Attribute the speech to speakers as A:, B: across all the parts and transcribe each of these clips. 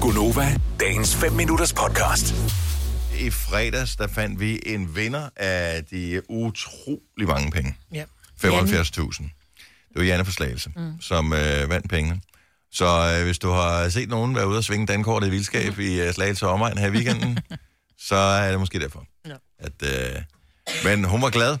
A: Gunova, dagens 5 minutters podcast.
B: I fredags, der fandt vi en vinder af de utrolig mange penge.
C: Ja.
B: 75.000. Det var Janne Forslagelse, mm. som øh, vandt pengene. Så øh, hvis du har set nogen være ude og svinge dankortet i vildskab mm. i øh, Slagelse og omegn her i weekenden, så er det måske derfor.
C: Ja.
B: At, øh, men hun var glad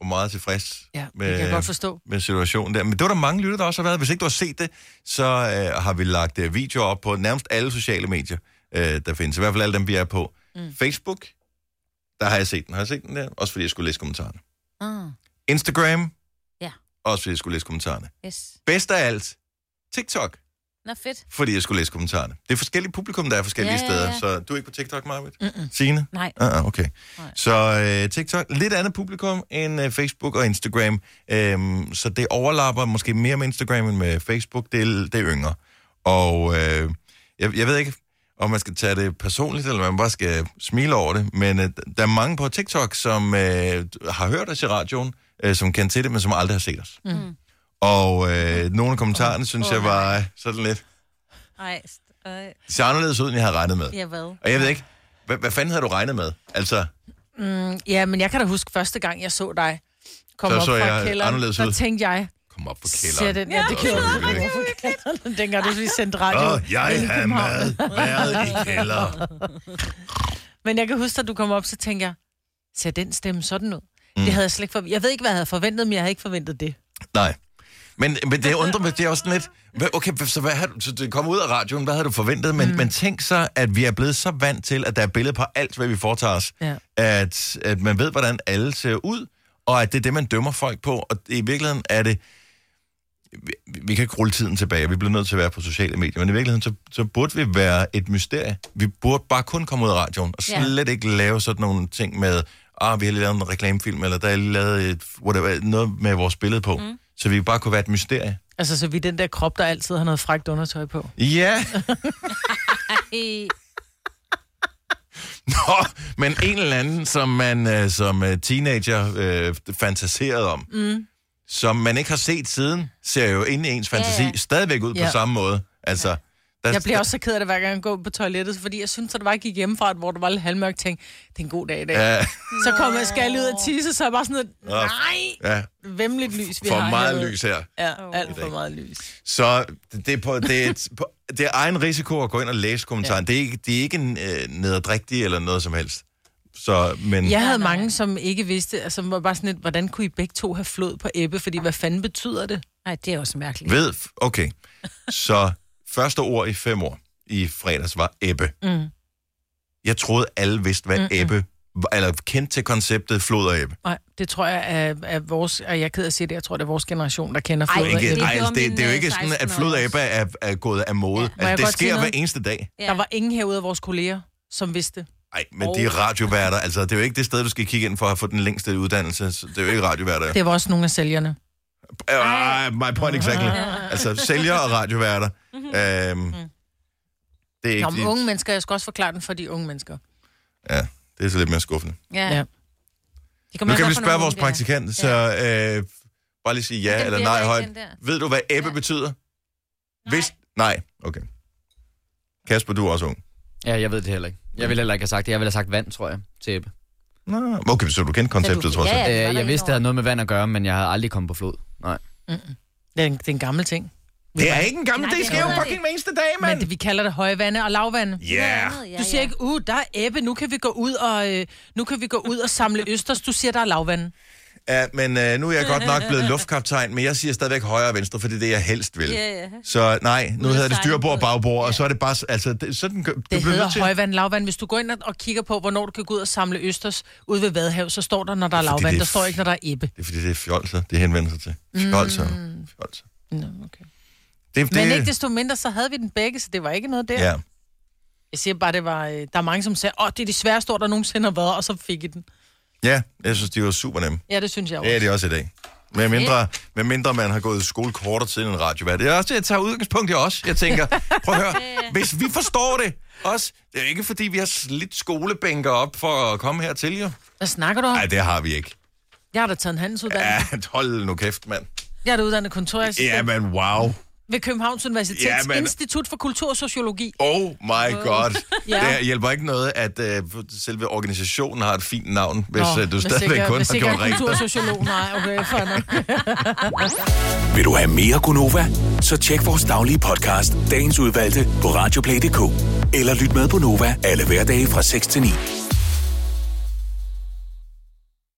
B: og meget tilfreds
C: Ja, det kan jeg godt forstå.
B: med situationen der. Men det var der mange lytter, der også har været. Hvis ikke du har set det, så øh, har vi lagt øh, videoer op på nærmest alle sociale medier, øh, der findes. I hvert fald alle dem, vi er på. Mm. Facebook, der har jeg set den. Har jeg set den der? Også fordi jeg skulle læse kommentarerne.
C: Ah,
B: Instagram,
C: ja,
B: også fordi jeg skulle læse kommentarerne.
C: yes.
B: Bedst af alt, TikTok,
C: Nå, fedt.
B: fordi jeg skulle læse kommentarerne. Det er forskellige publikum, der er forskellige
C: Ja, ja,
B: steder.
C: ja.
B: Så du er ikke på TikTok, Marvitt? Signe?
C: Nej.
B: Ah, ah, okay.
C: Nej.
B: Så øh, TikTok, lidt andet publikum end øh, Facebook og Instagram. Øhm, så det overlapper måske mere med Instagram end med Facebook. Det er, det er yngre. Og øh, jeg, jeg ved ikke, om man skal tage det personligt, eller man bare skal smile over det. Men øh, der er mange på TikTok, som øh, har hørt os i radioen, øh, som kan til det, men som aldrig har set os. Mm. Og øh, nogle af kommentarerne, synes jeg, var øh, sådan lidt...
D: Ej, st- øh,
B: Det ser anderledes ud, end jeg havde regnet med.
D: ja hvad?
B: Og jeg ved ikke, hvad, hvad fanden havde du regnet med? Altså,
C: Ja, men jeg kan da huske første gang, jeg så dig komme
B: Så
C: op
B: så
C: fra
B: jeg
C: kælderen.
B: anderledes
C: der
B: ud.
C: tænkte jeg,
B: kom op på
C: ser
B: kælderen.
C: den, ja, det
B: Så
C: kan jeg
B: er
C: ikke.
B: det
C: Hvorfor kælderen? Dengang, du vi sendte radio.
B: Åh, jeg har mad været i kælder.
C: Men jeg kan huske, at du kom op, så tænkte jeg, ser den stemme sådan ud? Mm. Det havde jeg slet ikke forventet. Jeg ved ikke, hvad jeg havde forventet, men jeg havde ikke forventet det.
B: Nej. Men, men det undrer mig, det er også sådan lidt... hvad- Okay, så, hvad har du, så det kom ud af radioen, hvad havde du forventet? Men, mm. men tænk så, at vi er blevet så vant til, at der er billede på alt, hvad vi foretager os.
C: Ja.
B: At, at man ved, hvordan alle ser ud, og at det er det, man dømmer folk på. Og i virkeligheden er det... Vi, vi kan ikke rulle tiden tilbage, vi bliver nødt til at være på sociale medier, men i virkeligheden, så, så burde vi være et mysterie. Vi burde bare kun komme ud af radioen, og
D: Ja.
B: slet ikke lave sådan nogle ting med, ah, vi har lige lavet en reklamefilm, eller der er lige lavet et, whatever, noget med vores billede på, mm. så vi bare kunne være et mysterie.
C: Altså, så vi er den der krop, der altid har noget frækt undertøj på.
B: Ja,
D: Ej,
B: Nå, men en eller anden, som man øh, som øh, teenager øh, fantaserede om, mm. som man ikke har set siden, ser jo inde i ens fantasi ja,
D: Ja,
B: ja.
D: ja.
B: stadigvæk ud ja. på
C: Ja.
B: samme måde. Altså, ja. der,
C: Jeg bliver også så ked af det, hver gang jeg går på toilettet, fordi jeg synes, at det var, jeg gik hjemmefra, hvor det var lidt halvmørkt, tænkte, det er en god dag i dag. Ja.
B: Ja,
C: Så kommer jeg skal jeg lige ud og tisse, så er jeg bare sådan noget,
B: Nå.
C: nej,
B: ja,
C: vemmeligt lys, vi har.
B: for meget
C: herude."
B: lys her.
C: Ja,
D: Oh.
C: alt for
B: dag.
C: meget lys.
B: Så det er, på, det, er et, på, det er egen risiko at gå ind og læse kommentaren. Ja. Det, er ikke, det er ikke en øh, nederdrægtig eller noget som helst. Så, men ja.
C: Jeg havde mange, som ikke vidste, altså var bare sådan lidt, hvordan kunne I begge to have flod på æbbe, fordi hvad fanden betyder det?
D: Ej, det er også mærkeligt.
B: ved... Okay, så første ord i fem år i fredags var æbbe.
C: Mm.
B: Jeg troede, alle vidste, hvad
C: Mm-mm.
B: æbbe var- eller kendte til konceptet flod og æbbe.
C: Nej, det tror jeg er, er vores, og jeg er ked af at sige det, jeg tror, det er vores generation, der kender
D: Ej,
C: flod og
B: Ikke,
C: æbbe.
D: det
B: nej,
D: gjorde
B: altså, det,
D: min,
B: det er jo
D: øh,
B: ikke sådan, at
D: 16-årige
B: flod og æbbe
D: også.
B: er, er gået af mode.
D: Ja.
B: Ja.
C: Må jeg
B: Altså, det
C: godt sige
B: sker hver
C: noget?
B: eneste dag.
D: Ja.
C: Der var ingen herude af vores kolleger, som vidste.
B: Nej, men de er radioværter. Altså, det er jo ikke det sted, du skal kigge ind for at få den længste uddannelse. Så det er jo ikke radioværter.
C: Det var også nogle af sælgerne.
B: Uh, my point exactly. Altså, sælger og radioværter. Øhm, det er
C: Mm-hmm. Nå,
B: ikke...
C: men
B: de-
C: unge mennesker, jeg skal også forklare den for de unge mennesker.
B: Ja, det er så lidt mere skuffende.
D: Ja.
C: Ja.
D: ja.
B: Nu kan vi spørge vores praktikant, så øh, bare lige sige ja
D: den
B: eller
D: bliver
B: nej
D: der
B: højt.
D: ikke, den der.
B: Ved du, hvad æbbe
D: Ja.
B: betyder? Hvis... Nej. Okay. Kasper, du er også ung.
E: Ja, jeg ved det heller ikke. Jeg ville heller ikke have sagt det. Jeg ville have sagt vand, tror jeg, til Ebbe.
B: Nå, okay, så du kendte konceptet, tror jeg.
D: ja,
B: selv.
D: ja, det var
E: Ja, øh,
D: der
E: jeg
D: en
E: vidste,
D: over.
E: det havde noget med vand at gøre, men jeg havde aldrig kommet på flod. Nej.
C: Det er en, det er en gammel ting.
B: Det er ikke en gammel,
D: Nej,
B: det
D: det
B: sker jo
D: hedder det.
B: fucking hver eneste dag,
C: Men
B: mand.
C: det, vi kalder det højvande og lavvande.
B: Ja.
D: Noget andet,
C: Du siger ikke, uh, der er æbbe, nu kan vi gå ud og, øh, nu kan vi gå ud og samle østers. Du siger, der er lavvand.
B: Ja, men øh, nu er jeg godt nok blevet luftkaptajn, men jeg siger stadigvæk højre og venstre, for det er det, jeg helst vil.
D: Ja, ja.
B: Så nej, nu hedder det
D: sejle
B: styrbord og
D: båd.
B: bagbord, og så er det bare... s- Altså, det, sådan, gør- du
C: Det
B: bliver nødt
C: hedder
B: til...
C: højvand, lavvand. Hvis du går ind og- og kigger på, hvornår du kan gå ud og samle østers ude ved Vadehav, så står der, når der er
B: Fordi det
C: lavvand.
B: er
C: Der står
B: f-
C: ikke, når der er æbbe.
B: Det er fordi, det er fjolser, det henvender sig til. Fjolser. Mm. Fjolser.
C: Nå, okay.
B: Det, det,
C: Men ikke desto mindre, så havde vi den begge, så det var ikke noget der.
B: Ja.
C: Jeg siger bare, det var, øh, der er mange, som sagde, åh, det er de sværeste ord, der nogensinde har været, og så fik I den.
B: ja, jeg synes, de var super nemme.
C: Ja, det synes jeg også.
B: Det er de også i dag. Med mindre, med mindre man har gået i skole kortere tid end en radiovært. Det er også det, jeg tager udgangspunkt i os. Jeg tænker, prøv at høre, hvis vi forstår det også, det er ikke fordi, vi har slidt skolebænker op for at komme hertil, jo.
C: Hvad snakker du om?
B: Nej, det har vi ikke.
C: Jeg har da taget en handelsuddannelse.
B: Ja, hold nu kæft, mand.
C: Jeg er da uddannet kontorassistent.
B: Ja, men wow.
C: ved Københavns Universitets
B: Ja,
C: ja,
B: men-
C: men... Institut for Kultursociologi.
B: Oh my god.
C: Ja.
B: Det hjælper ikke noget, at øh, selve organisationen har et fint navn, hvis
C: Nå,
B: øh, du stadigvæk
C: ikke-
B: kun
C: hvis
B: har
C: ikke jeg
B: gjort
C: er
B: rent.
C: kultursociolog, nej, okay, fair nok.
A: Vil du have mere Gunova? Så tjek vores daglige podcast, dagens udvalgte, på radioplay.dk. Eller lyt med på Nova alle hverdage fra 6 til 9.